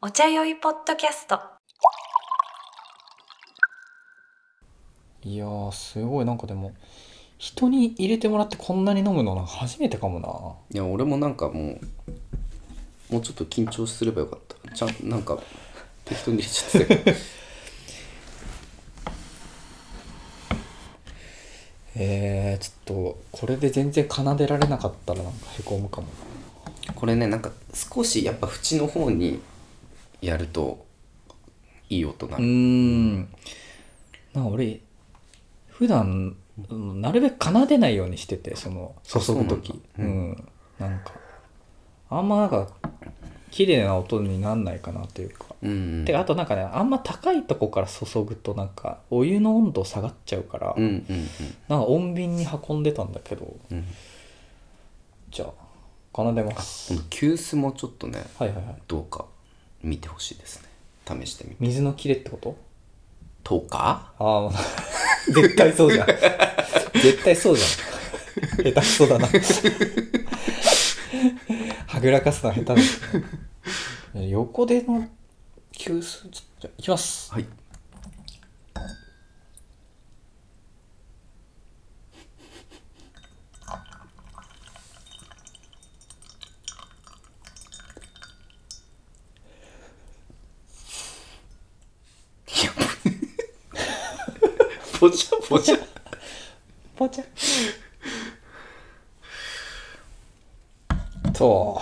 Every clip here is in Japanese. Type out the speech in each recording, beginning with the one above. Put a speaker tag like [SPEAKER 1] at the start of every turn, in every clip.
[SPEAKER 1] お茶酔いポッドキャスト
[SPEAKER 2] いやー、すごい、なんかでも、人に入れてもらってこんなに飲むのなんか初めてかもな。
[SPEAKER 3] いや俺もなんかもうもうちょっと緊張すればよかったちゃんなんか適当に入れちゃってた けど
[SPEAKER 2] えー、ちょっと、これで全然奏でられなかったらなんかへこむかも
[SPEAKER 3] これねなんか少しやっぱ縁の方にやるといい音にな
[SPEAKER 2] な。うー
[SPEAKER 3] る、
[SPEAKER 2] ん。なんか俺、普段、うんなるべく奏でないようにしてて、その、注ぐとき。
[SPEAKER 3] そ
[SPEAKER 2] う
[SPEAKER 3] うなん
[SPEAKER 2] ん。なんか、あんまなんか、綺麗な音になんないかなというか。
[SPEAKER 3] うんうん、
[SPEAKER 2] てかあとなんかねあんま高いとこから注ぐとなんかお湯の温度下がっちゃうから、
[SPEAKER 3] うんうんうん
[SPEAKER 2] なんか穏便に運んでたんだけど
[SPEAKER 3] うん
[SPEAKER 2] じゃあ奏でます
[SPEAKER 3] この急須もちょっとね
[SPEAKER 2] はいはいはい
[SPEAKER 3] どうか見てほしいですね試してみ
[SPEAKER 2] 水の切れってこと
[SPEAKER 3] とか
[SPEAKER 2] あ あ絶対そうじゃん絶対そうじゃん下手くそだなはぐらかすのは下手だ、ね、横での急須ちょじゃあいきます
[SPEAKER 3] はいポチャポチャ
[SPEAKER 2] ポチャと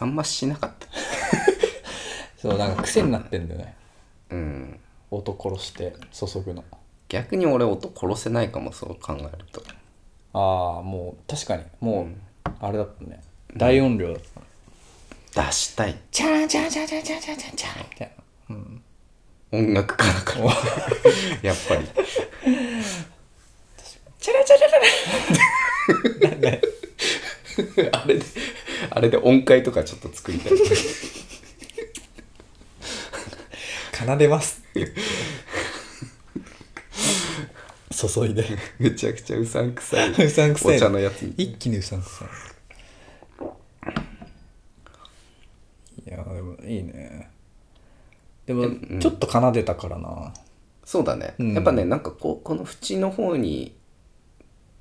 [SPEAKER 3] あんましなかった
[SPEAKER 2] そうなんか癖になってんだよね
[SPEAKER 3] うん
[SPEAKER 2] 音殺して注ぐの
[SPEAKER 3] 逆に俺音殺せないかもそう考えると
[SPEAKER 2] ああもう確かに
[SPEAKER 3] う
[SPEAKER 2] も
[SPEAKER 3] ん
[SPEAKER 2] うあれだったね大音量だったね
[SPEAKER 3] 出したい
[SPEAKER 2] チャーンチャーンチャーンチャーンチャーンチャーンチャーンチャーンみたいなうん
[SPEAKER 3] 音楽家だからやっぱり
[SPEAKER 2] チャラチャラチャラ
[SPEAKER 3] あれで、あれで音階とかちょっと作りたい。
[SPEAKER 2] 奏でますって言って注いで
[SPEAKER 3] めちゃくちゃうさんくさい。
[SPEAKER 2] うさんくさい
[SPEAKER 3] お茶のやつみたい
[SPEAKER 2] 一気にうさんくさいいやーでもいいねでも
[SPEAKER 3] うん
[SPEAKER 2] ちょっと奏でたからな
[SPEAKER 3] そうだね。
[SPEAKER 2] うん
[SPEAKER 3] やっぱね、なんかこう、この縁の方に、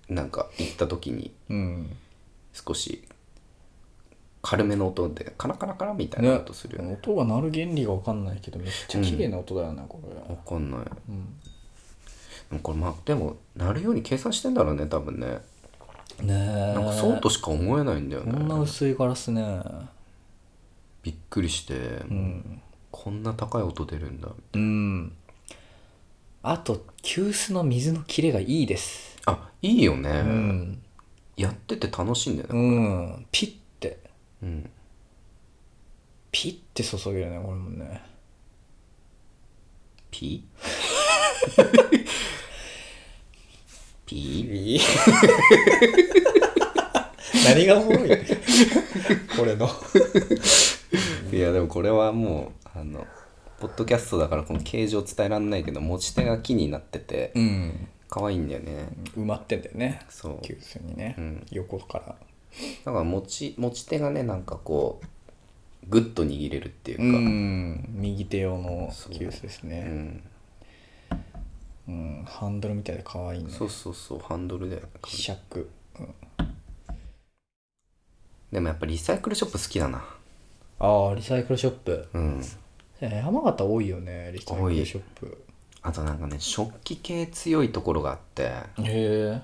[SPEAKER 3] なんか行った時に、
[SPEAKER 2] うん
[SPEAKER 3] 少し、軽めの音で、カラカラカラみたい
[SPEAKER 2] ね
[SPEAKER 3] な音するよね。
[SPEAKER 2] 音が鳴る原理が分かんないけどめっちゃ綺麗な音だよね、こ
[SPEAKER 3] わ
[SPEAKER 2] れ、
[SPEAKER 3] かんない。
[SPEAKER 2] うん、
[SPEAKER 3] でもこれ、まあ、でも、なるように計算してんだろうね、多分ね。
[SPEAKER 2] ねえ
[SPEAKER 3] なんかそうとしか思えないんだよ
[SPEAKER 2] こんな
[SPEAKER 3] ね。
[SPEAKER 2] 薄いガラスね
[SPEAKER 3] びっくりして、
[SPEAKER 2] うん、
[SPEAKER 3] こんな高い音出るんだ。
[SPEAKER 2] うん、あと急須の水の切れがいいです
[SPEAKER 3] あ、いいよね。
[SPEAKER 2] うん、
[SPEAKER 3] やってて楽しいんだよ
[SPEAKER 2] う
[SPEAKER 3] ね。
[SPEAKER 2] ん、ピッて
[SPEAKER 3] うん
[SPEAKER 2] ピッて注げるねこれもね
[SPEAKER 3] ピ ピ
[SPEAKER 2] 何がおもろいこれの
[SPEAKER 3] いやでもこれはもうあのポッドキャストだからこの形状伝えらんないけど持ち手が木になってて
[SPEAKER 2] うん
[SPEAKER 3] 可愛いんだよね
[SPEAKER 2] 埋まってんだよね
[SPEAKER 3] そう
[SPEAKER 2] 急須にね、
[SPEAKER 3] うん
[SPEAKER 2] 横から
[SPEAKER 3] だから持ち持ち手がねなんかこうグッと握れるっていうか、
[SPEAKER 2] うん右手用の
[SPEAKER 3] そう
[SPEAKER 2] 急須ですね
[SPEAKER 3] うん
[SPEAKER 2] うん、ハンドルみたいで可愛いね。
[SPEAKER 3] そうそうそうハンドルだよね
[SPEAKER 2] 希釈。うん、
[SPEAKER 3] でもやっぱリサイクルショップ好きだな
[SPEAKER 2] ああ、リサイクルショップ。
[SPEAKER 3] うん
[SPEAKER 2] え山形多いよね、リサイクルショップ。
[SPEAKER 3] あとなんかね食器系強いところがあって
[SPEAKER 2] へ え。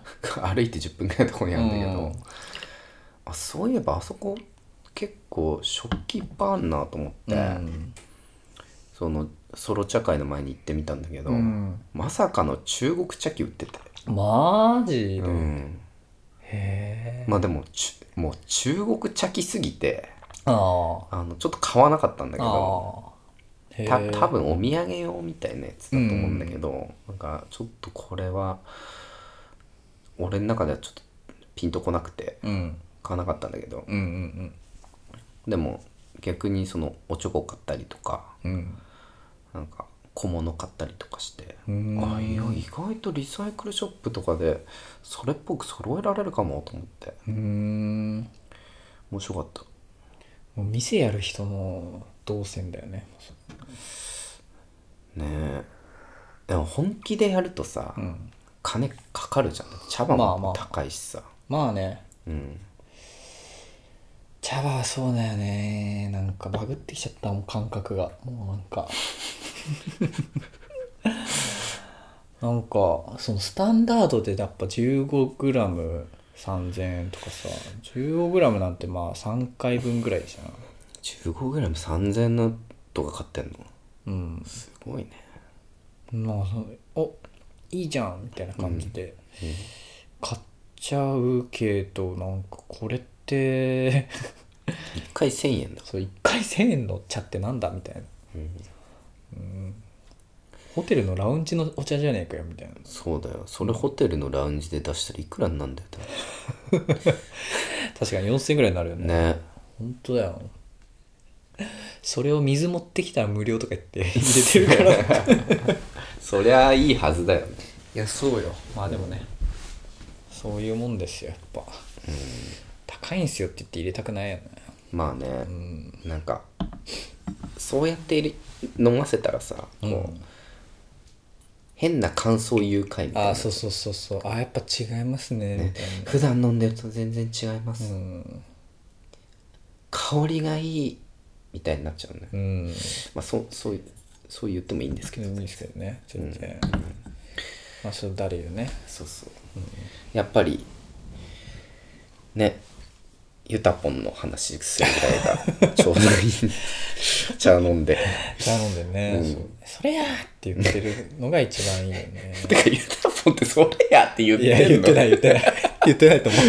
[SPEAKER 3] 歩いて10分ぐらいのところにあるんだけど、
[SPEAKER 2] うん
[SPEAKER 3] あそういえばあそこ結構食器いっぱいあんなと思って、
[SPEAKER 2] うん。
[SPEAKER 3] そのソロ茶会の前に行ってみたんだけど、
[SPEAKER 2] うん、
[SPEAKER 3] まさかの中国茶器売ってて、
[SPEAKER 2] マジで。
[SPEAKER 3] うん
[SPEAKER 2] へえ。
[SPEAKER 3] まあでもちゅもう中国茶器すぎて
[SPEAKER 2] ああ。
[SPEAKER 3] あのちょっと買わなかったんだけど
[SPEAKER 2] ああ。へ
[SPEAKER 3] た多分お土産用みたいなやつだと思うんだけど、なんかちょっとこれは俺の中ではちょっとピンとこなくて
[SPEAKER 2] うん。
[SPEAKER 3] 買わなかったんだけど、
[SPEAKER 2] うんうん
[SPEAKER 3] でも逆にそのおちょこ買ったりとか
[SPEAKER 2] うん。うん。
[SPEAKER 3] なんか小物買ったりとかして
[SPEAKER 2] うーん
[SPEAKER 3] あいや意外とリサイクルショップとかでそれっぽく揃えられるかもと思って
[SPEAKER 2] うーん。
[SPEAKER 3] 面白かった
[SPEAKER 2] もう店やる人の動線だよね。
[SPEAKER 3] ねえでも本気でやるとさ、
[SPEAKER 2] うん、
[SPEAKER 3] 金かかるじゃん茶葉
[SPEAKER 2] まあま
[SPEAKER 3] も
[SPEAKER 2] あ
[SPEAKER 3] 高いしさ、
[SPEAKER 2] まあね、
[SPEAKER 3] うん
[SPEAKER 2] 茶葉はそうだよね。なんかバグってきちゃったもん、感覚が。もうなん か。なんか、そのスタンダードでやっぱ 15g3000 円とかさ、15g なんてまあ3回分ぐらいじゃ
[SPEAKER 3] 15g3000 円のとか買ってんの
[SPEAKER 2] ん。うん。
[SPEAKER 3] すごいね
[SPEAKER 2] まあそのおいいじゃんみたいな感じで、買っちゃうけどなんかこれって
[SPEAKER 3] 1回1000円だ、
[SPEAKER 2] そう1回1000円の茶ってなんだみたいな
[SPEAKER 3] うん
[SPEAKER 2] ホテルのラウンジのお茶じゃねえかよみたいな
[SPEAKER 3] そうだよそれホテルのラウンジで出したらいくらになんだよ
[SPEAKER 2] 確かに4000円ぐらいになるよね
[SPEAKER 3] ね
[SPEAKER 2] 本当だよそれを水持ってきたら無料とか言って入れてるから い
[SPEAKER 3] そりゃいいはずだよね
[SPEAKER 2] やそうよまあでもねそういうもんですよやっぱ、高いんすよって言って入れたくないよね
[SPEAKER 3] まあね、
[SPEAKER 2] うん
[SPEAKER 3] なんかそうやって入れ飲ませたらさ、
[SPEAKER 2] うん
[SPEAKER 3] こう変な感想誘拐みたい
[SPEAKER 2] あ
[SPEAKER 3] な
[SPEAKER 2] ーそうそうそうそうあーやっぱ違いますねみたいな
[SPEAKER 3] 普段飲んでると全然違いま
[SPEAKER 2] う
[SPEAKER 3] す、
[SPEAKER 2] ん、
[SPEAKER 3] 香りがいいみたいになっちゃうね、
[SPEAKER 2] うん、
[SPEAKER 3] まあそうそうそう言ってもいいんですけ
[SPEAKER 2] い
[SPEAKER 3] ど、
[SPEAKER 2] いですけどね全然、まあそれ誰よ ね
[SPEAKER 3] そうそう、やっぱりねユタポンの話するぐらいがちょうどいい茶飲んで
[SPEAKER 2] 茶飲んでね、
[SPEAKER 3] うん
[SPEAKER 2] そうそれやーって言ってるのが一番いいよね
[SPEAKER 3] てかユタポンってそれやって言 っ
[SPEAKER 2] い
[SPEAKER 3] て
[SPEAKER 2] や
[SPEAKER 3] ん
[SPEAKER 2] 言
[SPEAKER 3] の
[SPEAKER 2] ってない言ってない 言ってないと思う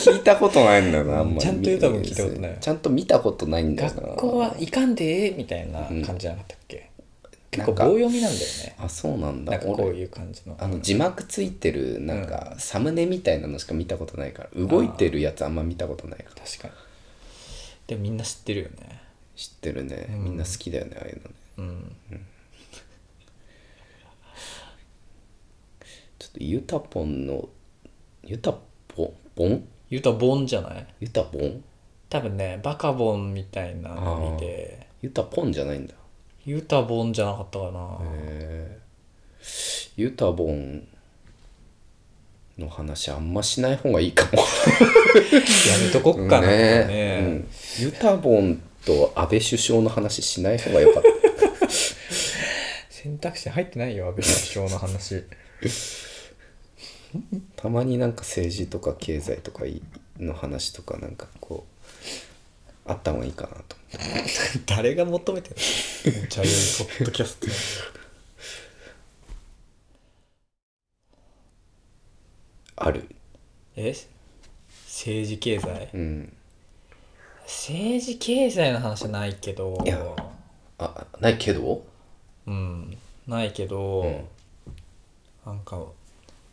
[SPEAKER 3] 聞いたことないんだよなあんまり
[SPEAKER 2] ちゃんと言うたもん聞いたことない
[SPEAKER 3] ちゃんと見たことないんだよな
[SPEAKER 2] 学校はいかんでええみたいな感じじゃなかったっけ、結構
[SPEAKER 3] なん
[SPEAKER 2] 棒
[SPEAKER 3] か
[SPEAKER 2] 読みなんだよね
[SPEAKER 3] あそうなんだ
[SPEAKER 2] なんかこう
[SPEAKER 3] 俺
[SPEAKER 2] いう感じの
[SPEAKER 3] あの字幕ついてるなんかサムネみたいなのしか見たことないから動いてるやつあんま見たことないから
[SPEAKER 2] 確かにでもみんな知ってるよね
[SPEAKER 3] 知ってるね
[SPEAKER 2] うん
[SPEAKER 3] みんな好きだよねああいうのね
[SPEAKER 2] うん
[SPEAKER 3] ちょっとユタポンのユタポポン
[SPEAKER 2] 言うたらボンじゃない
[SPEAKER 3] ユタポン
[SPEAKER 2] 多分ねバカボンみたいな意味で
[SPEAKER 3] ユタポンじゃないんだ
[SPEAKER 2] ユタボンじゃなかったかな、
[SPEAKER 3] へえユタボンの話あんましない方がいいかも
[SPEAKER 2] やめとこっかな
[SPEAKER 3] ね
[SPEAKER 2] ね
[SPEAKER 3] うん、ユタボンと安倍首相の話しない方がよか った
[SPEAKER 2] 選択肢入ってないよ安倍首相の 話
[SPEAKER 3] たまになんか政治とか経済とかの話とかなんかこうあった方がいいかなと
[SPEAKER 2] 誰が求めてるの茶色いポッドキャスト
[SPEAKER 3] ある
[SPEAKER 2] え政治経済
[SPEAKER 3] うん
[SPEAKER 2] 政治経済の話はないけど
[SPEAKER 3] いやあないけど
[SPEAKER 2] うんないけど、
[SPEAKER 3] うん
[SPEAKER 2] なんか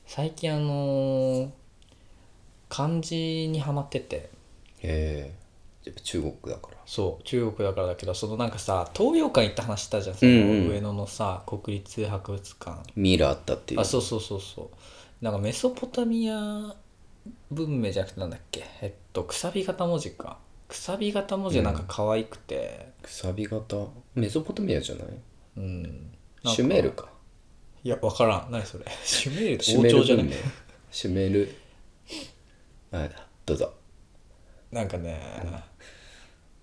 [SPEAKER 2] 最近あのー漢字にハマってて
[SPEAKER 3] ええやっぱ中国だから
[SPEAKER 2] そう中国だからだけどそのなんかさ東洋館行った話したじゃんその
[SPEAKER 3] うんうん
[SPEAKER 2] 上野のさ国立博物館
[SPEAKER 3] ミイラあったっていう
[SPEAKER 2] あそうそうそうそうなんかメソポタミア文明じゃなくてなんだっけえっとくさび型文字かくさび型文字はなんか可愛くて
[SPEAKER 3] くさび型メソポタミアじゃない
[SPEAKER 2] うん、なんか
[SPEAKER 3] シュメールか
[SPEAKER 2] いや分からん何それ シュメールって
[SPEAKER 3] シュ
[SPEAKER 2] 王
[SPEAKER 3] メー
[SPEAKER 2] 朝
[SPEAKER 3] ル
[SPEAKER 2] じゃな
[SPEAKER 3] 文
[SPEAKER 2] い
[SPEAKER 3] 明シュメールあれだどうぞ
[SPEAKER 2] なんかね、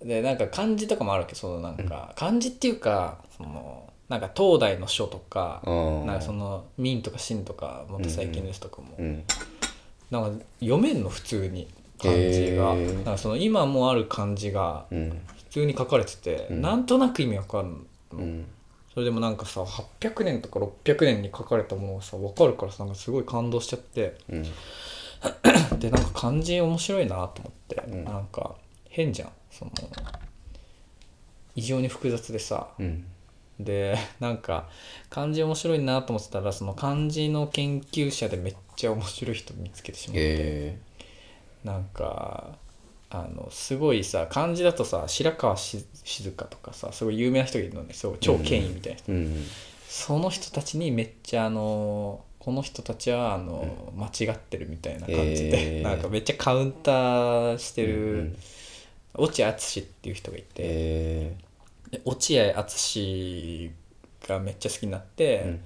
[SPEAKER 2] でなんか漢字とかもあるけどそのなんか漢字っていうかそのなんか東大の書とか
[SPEAKER 3] あー
[SPEAKER 2] なんかその民とか秦とかまた最近のやつとかも、
[SPEAKER 3] うん
[SPEAKER 2] なんか読めんの普通に漢字が、
[SPEAKER 3] へー
[SPEAKER 2] なんかその今もある漢字が
[SPEAKER 3] うん
[SPEAKER 2] 普通に書かれてて、
[SPEAKER 3] うん
[SPEAKER 2] なんとなく意味わかるの、
[SPEAKER 3] うん
[SPEAKER 2] それでもなんかさ800年とか600年に書かれたものがさわかるからさなんかすごい感動しちゃって
[SPEAKER 3] うん
[SPEAKER 2] でなんか漢字面白いなと思って、
[SPEAKER 3] うん
[SPEAKER 2] なんか変じゃんその異常に複雑でさ
[SPEAKER 3] うん
[SPEAKER 2] で なんか漢字面白いなと思ってたらその漢字の研究者でめっちゃ面白い人見つけてしまって、
[SPEAKER 3] え
[SPEAKER 2] なんかあのすごいさ漢字だとさ白川し静香とかさすごい有名な人がいるのねすごい超権威みたいな人、
[SPEAKER 3] えうん
[SPEAKER 2] その人たちにめっちゃあのこの人たちはあの、 間違ってるみたいな感じで、
[SPEAKER 3] えー
[SPEAKER 2] なんかめっちゃカウンターして
[SPEAKER 3] うんう
[SPEAKER 2] る
[SPEAKER 3] ん
[SPEAKER 2] 落合淳っていう人がいて、
[SPEAKER 3] え
[SPEAKER 2] で落合淳がめっちゃ好きになって、
[SPEAKER 3] ーうん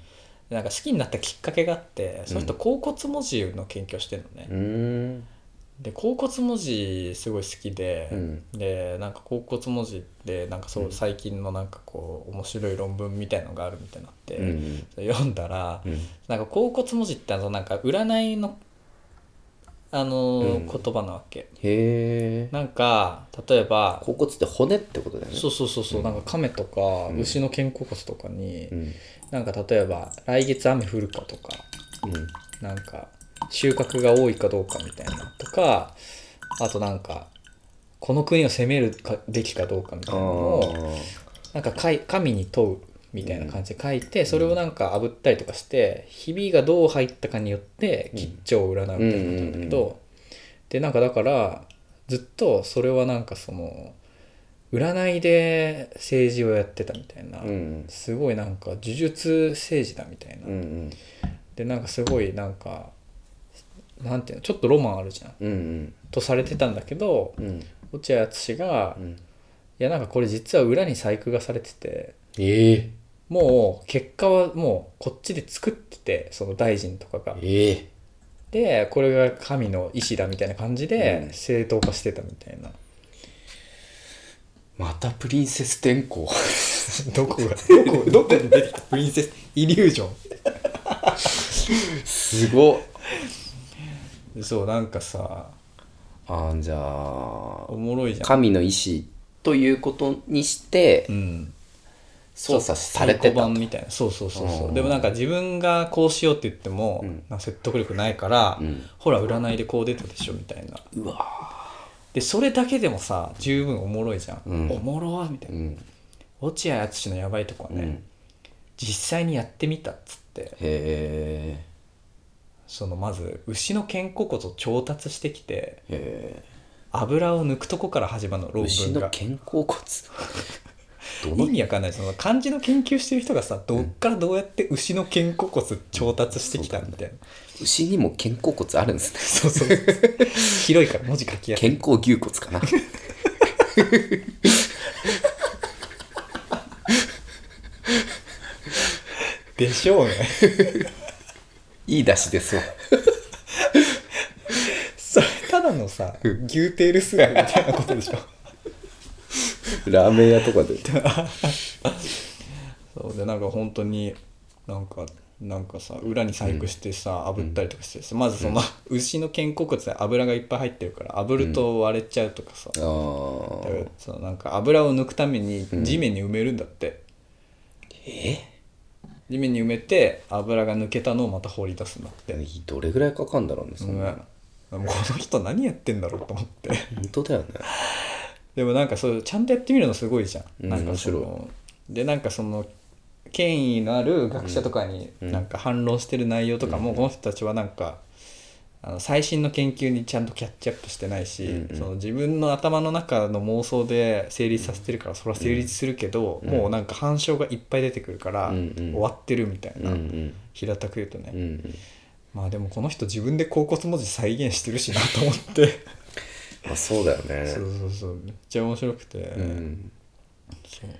[SPEAKER 2] でなんか好きになったきっかけがあってその人甲骨文字の研究をしてるのね、
[SPEAKER 3] うーん
[SPEAKER 2] で甲骨文字すごい好きで、
[SPEAKER 3] うん
[SPEAKER 2] でなんか甲骨文字でなんかそう、
[SPEAKER 3] うん
[SPEAKER 2] 最近のなんかこう面白い論文みたいのがあるみたいになって、
[SPEAKER 3] うん
[SPEAKER 2] それ読んだら、
[SPEAKER 3] うん
[SPEAKER 2] なんか甲骨文字ってあのなんか占いのあのー、
[SPEAKER 3] うん
[SPEAKER 2] 言葉なわけ
[SPEAKER 3] へえ
[SPEAKER 2] なんか例えば
[SPEAKER 3] 甲骨って骨ってことだよね
[SPEAKER 2] そうそうそうそう、
[SPEAKER 3] うん
[SPEAKER 2] なんか亀とか、
[SPEAKER 3] うん
[SPEAKER 2] 牛の肩甲骨とかに、
[SPEAKER 3] うん
[SPEAKER 2] なんか例えば来月雨降るかとか
[SPEAKER 3] うん
[SPEAKER 2] なんか収穫が多いかどうかみたいなとかあとなんかこの国を攻めるかべきかどうかみたいなのをなんかかい神に問うみたいな感じで書いて、それをなんか炙ったりとかしてひびがどう入ったかによって吉兆を占うみたいなことなんだけど、
[SPEAKER 3] うんうんうん
[SPEAKER 2] でなんかだからずっとそれはなんかその占いで政治をやってたみたいな、
[SPEAKER 3] あーうん
[SPEAKER 2] すごいなんか呪術政治だみたいな、
[SPEAKER 3] うん
[SPEAKER 2] でなんかすごいなんかなんていうのちょっとロマンあるじゃん
[SPEAKER 3] うんうん
[SPEAKER 2] とされてたんだけど
[SPEAKER 3] うん
[SPEAKER 2] 落合淳が、
[SPEAKER 3] う
[SPEAKER 2] い
[SPEAKER 3] ん
[SPEAKER 2] やなんかこれ実は裏に細工がされてて
[SPEAKER 3] ええ
[SPEAKER 2] もう結果はもうこっちで作っててその大臣とかが
[SPEAKER 3] ええ
[SPEAKER 2] でこれが神の意志だみたいな感じ
[SPEAKER 3] う
[SPEAKER 2] で
[SPEAKER 3] ん
[SPEAKER 2] 正当化してたみたいな、
[SPEAKER 3] またプリンセス天候
[SPEAKER 2] どこがどこどこで出てきたプリンセスイリュージョ
[SPEAKER 3] すごっ
[SPEAKER 2] ンそうなんかさ
[SPEAKER 3] あーじゃあ
[SPEAKER 2] おもろいじゃん
[SPEAKER 3] 神の意志ということにして
[SPEAKER 2] うん
[SPEAKER 3] 操作されて
[SPEAKER 2] 太
[SPEAKER 3] た
[SPEAKER 2] 鼓判みたいなそうそうそうそううんでもなんか自分がこうしようって言っても、
[SPEAKER 3] うん
[SPEAKER 2] なんか説得力ないから、
[SPEAKER 3] うん
[SPEAKER 2] ほら占いでこう出たでしょみたいな
[SPEAKER 3] うわ
[SPEAKER 2] でそれだけでもさ十分おもろいじゃん、
[SPEAKER 3] うん
[SPEAKER 2] おもろーみたいな、
[SPEAKER 3] うん
[SPEAKER 2] 落合淳のやばいとこは
[SPEAKER 3] うん
[SPEAKER 2] ね、
[SPEAKER 3] へ
[SPEAKER 2] 実際にやってみたっつって
[SPEAKER 3] え
[SPEAKER 2] そのまず牛の肩甲骨を調達してきて
[SPEAKER 3] へ
[SPEAKER 2] 油を抜くとこから始まるの
[SPEAKER 3] え
[SPEAKER 2] 論
[SPEAKER 3] 牛
[SPEAKER 2] 文
[SPEAKER 3] の
[SPEAKER 2] が
[SPEAKER 3] 肩甲 骨ど
[SPEAKER 2] 意
[SPEAKER 3] の
[SPEAKER 2] 味わかんないその漢字の研究してる人がさどっからどうやって牛の肩甲骨調達してきたみたいな、
[SPEAKER 3] 牛にも肩甲骨ある んですね
[SPEAKER 2] そうそうそう広いから文字書きやすい
[SPEAKER 3] 肩甲牛骨か な
[SPEAKER 2] でしょうね
[SPEAKER 3] いい出汁ですわ
[SPEAKER 2] それただの さ牛テールスープみたいなことでしょ
[SPEAKER 3] ラーメン屋 とかで
[SPEAKER 2] そうでなんか本当になんかなんかさ裏に細工してさ、炙ったりとかしてさまずその、牛の肩甲骨で油がいっぱい入ってるから炙ると割れちゃうとかさ、
[SPEAKER 3] あ
[SPEAKER 2] だから
[SPEAKER 3] ー
[SPEAKER 2] そのなんか油を抜くために地面に埋めるんだって、
[SPEAKER 3] え
[SPEAKER 2] 地面に埋めて油が抜けたのをまた放り出すんだって、
[SPEAKER 3] どれぐらいかかんだろうねそ
[SPEAKER 2] うんん、
[SPEAKER 3] な、
[SPEAKER 2] もうこの人何やってんだろうと思って
[SPEAKER 3] 本当だよね
[SPEAKER 2] でもなんかそうちゃんとやってみるのすごいじゃん。
[SPEAKER 3] うん
[SPEAKER 2] なんかその
[SPEAKER 3] 面
[SPEAKER 2] でなんかその権威のある学者とかに
[SPEAKER 3] うん
[SPEAKER 2] なんか反論してる内容とかも、
[SPEAKER 3] うん
[SPEAKER 2] この人たちはなんかあの最新の研究にちゃんとキャッチアップしてないし、
[SPEAKER 3] うんうん
[SPEAKER 2] その自分の頭の中の妄想で成立させてるから、それは成立するけど、
[SPEAKER 3] うん
[SPEAKER 2] もうなんか反証がいっぱい出てくるから、
[SPEAKER 3] うんう
[SPEAKER 2] 終
[SPEAKER 3] ん
[SPEAKER 2] わってるみたい
[SPEAKER 3] うん
[SPEAKER 2] な、
[SPEAKER 3] うん
[SPEAKER 2] 平たく言うとね、
[SPEAKER 3] うんうん
[SPEAKER 2] まあでもこの人自分で甲骨文字再現してるしなと思って。
[SPEAKER 3] まあそうだよね
[SPEAKER 2] そうそうそうめっちゃ面白くて、
[SPEAKER 3] うん
[SPEAKER 2] そう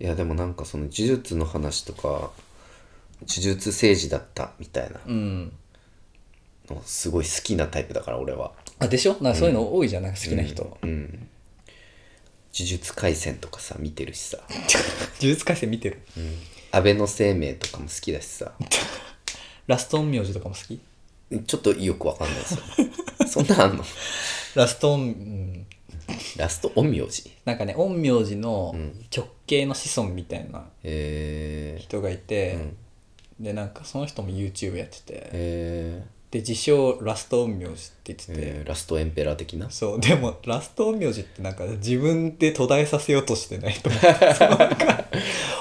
[SPEAKER 3] いやでもなんかその呪術の話とか呪術政治だったみたいな
[SPEAKER 2] うん、
[SPEAKER 3] のすごい好きなタイプだから俺は
[SPEAKER 2] あでしょなんかそういうの多いじゃん、なんか好きな人、
[SPEAKER 3] うん 呪術廻戦とかさ見てるしさ
[SPEAKER 2] 呪術廻戦見てる
[SPEAKER 3] 安倍の生命とかも好きだしさ
[SPEAKER 2] ラスト陰陽師とかも好き
[SPEAKER 3] ちょっとよくわかんない ですよそんなんあんの
[SPEAKER 2] ラスト陰、うん、
[SPEAKER 3] ラスト陰陽師
[SPEAKER 2] なんかね陰陽師の
[SPEAKER 3] うん
[SPEAKER 2] 直系の子孫みたいな
[SPEAKER 3] へ
[SPEAKER 2] 人がい
[SPEAKER 3] え
[SPEAKER 2] て
[SPEAKER 3] う、ん
[SPEAKER 2] でなんかその人も YouTube やってて
[SPEAKER 3] へ
[SPEAKER 2] で自称ラスト陰陽師って言って
[SPEAKER 3] ー
[SPEAKER 2] て、
[SPEAKER 3] へーラストエンペラー的な
[SPEAKER 2] そうでもラスト陰陽師ってなんか自分で途絶えさせようとしてない と思う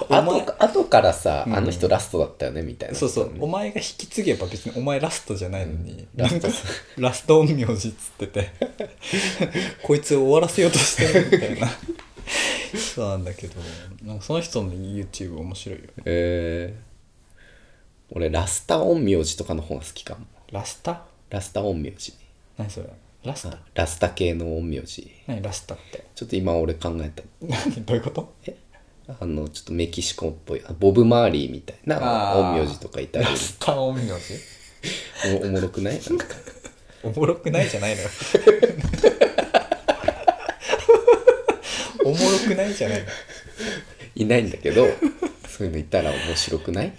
[SPEAKER 2] お前
[SPEAKER 3] 後か後からさ、
[SPEAKER 2] うん
[SPEAKER 3] あの人ラストだったよねみたいな
[SPEAKER 2] そうそう、お
[SPEAKER 3] ね
[SPEAKER 2] 前が引き継げば別にお前ラストじゃないのに、
[SPEAKER 3] ラスト
[SPEAKER 2] なんかラスト陰陽師っつっててこいつを終わらせようとしてるみたいなそうなんだけどなんかその人の YouTube 面白いよ
[SPEAKER 3] えー、俺ラスタ陰陽師とかの方が好きかも
[SPEAKER 2] ラスタ
[SPEAKER 3] ラスタ陰陽師
[SPEAKER 2] 何それラスタ
[SPEAKER 3] ラスタ系の陰陽師
[SPEAKER 2] 何ラスタって
[SPEAKER 3] ちょっと今俺考えた
[SPEAKER 2] 何どういうこと
[SPEAKER 3] あのちょっとメキシコっぽいあボブ・マーリーみたいな
[SPEAKER 2] あー
[SPEAKER 3] 陰陽師とかいたり
[SPEAKER 2] ラスタ陰陽師
[SPEAKER 3] おおもろくないなんか
[SPEAKER 2] おもろくないじゃないのよおもろくないじゃないの
[SPEAKER 3] いないんだけどそういうのいたら面白くない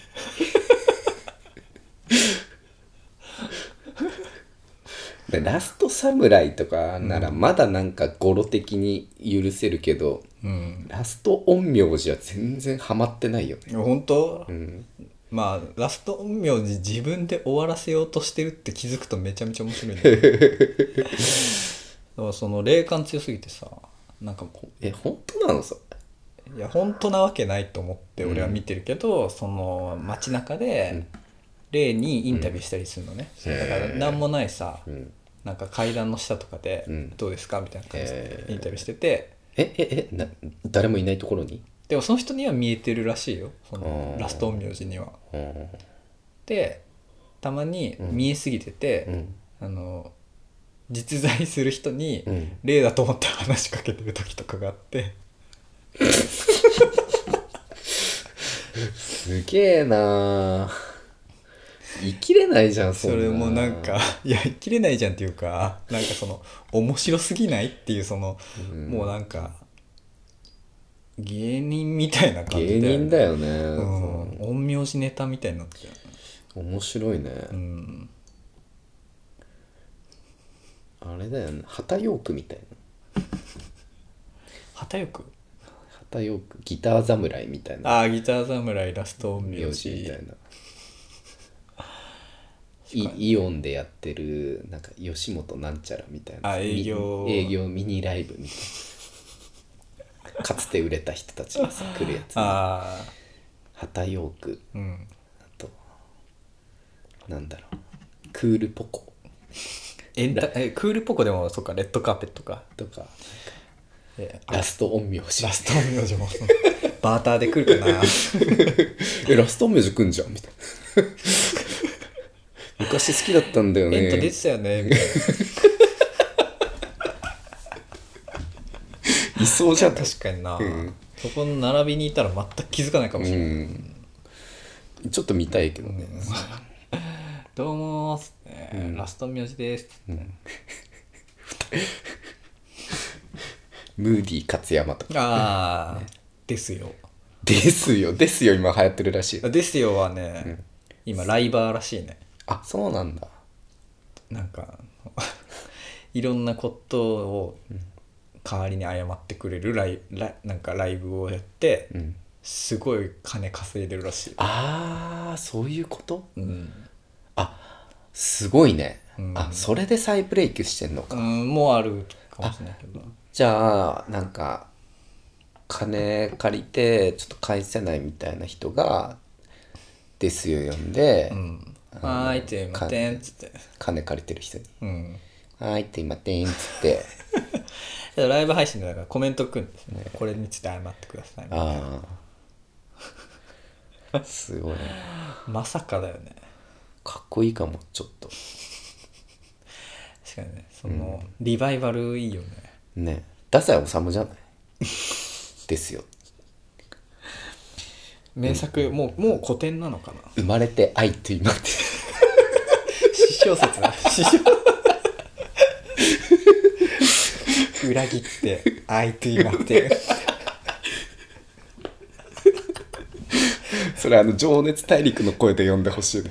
[SPEAKER 3] でラストサムライとかならまだなんか語呂的に許せるけど、
[SPEAKER 2] うん
[SPEAKER 3] ラスト陰陽師は全然ハマってないよね、
[SPEAKER 2] 本当、
[SPEAKER 3] うん、
[SPEAKER 2] まあラスト陰陽師自分で終わらせようとしてるって気づくとめちゃめちゃ面白 い、ね、だからその霊感強すぎてさなんかこ
[SPEAKER 3] え本当なのそれ
[SPEAKER 2] ういや本当なわけないと思って俺は見てるけど、その街中で霊にインタビューしたりするのね、
[SPEAKER 3] うん
[SPEAKER 2] だから何もないさ、
[SPEAKER 3] うん
[SPEAKER 2] なんか階段の下とかで
[SPEAKER 3] うん
[SPEAKER 2] 「どうですか?」みたいな感じで
[SPEAKER 3] へー
[SPEAKER 2] インタビューしてて、
[SPEAKER 3] えええな誰もいないところに
[SPEAKER 2] でもその人には見えてるらしいよその
[SPEAKER 3] あー
[SPEAKER 2] ラスト陰陽師には。
[SPEAKER 3] うん
[SPEAKER 2] でたまに
[SPEAKER 3] うん
[SPEAKER 2] 見えすぎてて、
[SPEAKER 3] うん
[SPEAKER 2] あの実在する人に
[SPEAKER 3] うん
[SPEAKER 2] 霊だと思って話しかけてる時とかがあって
[SPEAKER 3] すげえなあ生きれないじゃん
[SPEAKER 2] そ
[SPEAKER 3] んな
[SPEAKER 2] れもなんか いや切れないじゃんっていうかなんかその面白すぎないっていうその、
[SPEAKER 3] うん
[SPEAKER 2] もうなんか芸人みたいな感じ
[SPEAKER 3] 芸
[SPEAKER 2] で
[SPEAKER 3] 人だよね、
[SPEAKER 2] うん、陰陽師ネタみたいになってる
[SPEAKER 3] 面白いね、
[SPEAKER 2] うん
[SPEAKER 3] あれだよね旗ヨークみたい
[SPEAKER 2] 旗よく
[SPEAKER 3] な旗ヨークギター侍みたいな
[SPEAKER 2] ああギター侍ラスト陰
[SPEAKER 3] 名
[SPEAKER 2] 陽
[SPEAKER 3] 字み
[SPEAKER 2] 師
[SPEAKER 3] たいなイイオンでやってるなんか吉本なんちゃらみたいな
[SPEAKER 2] あ営業
[SPEAKER 3] み営業ミニライブみたいなかつて売れた人たちがさ来るやつ
[SPEAKER 2] ああ
[SPEAKER 3] 旗ヨーク
[SPEAKER 2] うん
[SPEAKER 3] あとなんだろうクールポコ
[SPEAKER 2] エンタえクールポコでもそっかレッドカーペットか
[SPEAKER 3] とか
[SPEAKER 2] え
[SPEAKER 3] ラスト陰陽師
[SPEAKER 2] ラスト陰陽師も バーターで来る かな
[SPEAKER 3] えラストミュージックんじゃんみたいな 昔好きだったんだよね
[SPEAKER 2] エンタ出てたよねみ たい
[SPEAKER 3] いそうじゃん
[SPEAKER 2] な確かにな、
[SPEAKER 3] うん
[SPEAKER 2] そこの並びにいたら全く気づかないかもしれない、
[SPEAKER 3] うんちょっと見たいけどね、
[SPEAKER 2] どうもーっつって、
[SPEAKER 3] うん
[SPEAKER 2] ラスト名字ですっつって、
[SPEAKER 3] ムーディ勝山とか
[SPEAKER 2] ああ、ですよ
[SPEAKER 3] ですよですよ今流行ってるらしい
[SPEAKER 2] ですよはね、今ライバーらしいね
[SPEAKER 3] あそうなんだ
[SPEAKER 2] なんか いろんなことを代わりに謝ってくれるライラなんかライブをやって、
[SPEAKER 3] うん
[SPEAKER 2] すごい金稼いでるらしい、
[SPEAKER 3] あーそういうこと
[SPEAKER 2] うん
[SPEAKER 3] すごいね、
[SPEAKER 2] うん
[SPEAKER 3] あそれで再ブレイクしてんのか、
[SPEAKER 2] うん、もうあるかもしれないけど
[SPEAKER 3] じゃあなんか金借りてちょっと返せないみたいな人が「ですよ」呼んで、
[SPEAKER 2] うん「
[SPEAKER 3] あの
[SPEAKER 2] はーい」って「待てん」っつって
[SPEAKER 3] 金借りてる人に
[SPEAKER 2] うん
[SPEAKER 3] 「はーい」って今店員っつって
[SPEAKER 2] けどライブ配信でだからコメントくんですねこれについて謝ってくださいみたいな
[SPEAKER 3] ああすごいね
[SPEAKER 2] まさかだよね
[SPEAKER 3] かっこいいかもちょっと
[SPEAKER 2] 確かにねその、リバイバルいいよね
[SPEAKER 3] ね太宰治じゃ ないですよ
[SPEAKER 2] 名作、もうもう古典なのかな
[SPEAKER 3] 生まれて愛と今って
[SPEAKER 2] 詩小説だ詩小説裏切って愛と言いまって
[SPEAKER 3] それあの情熱大陸の声で呼んでほしいね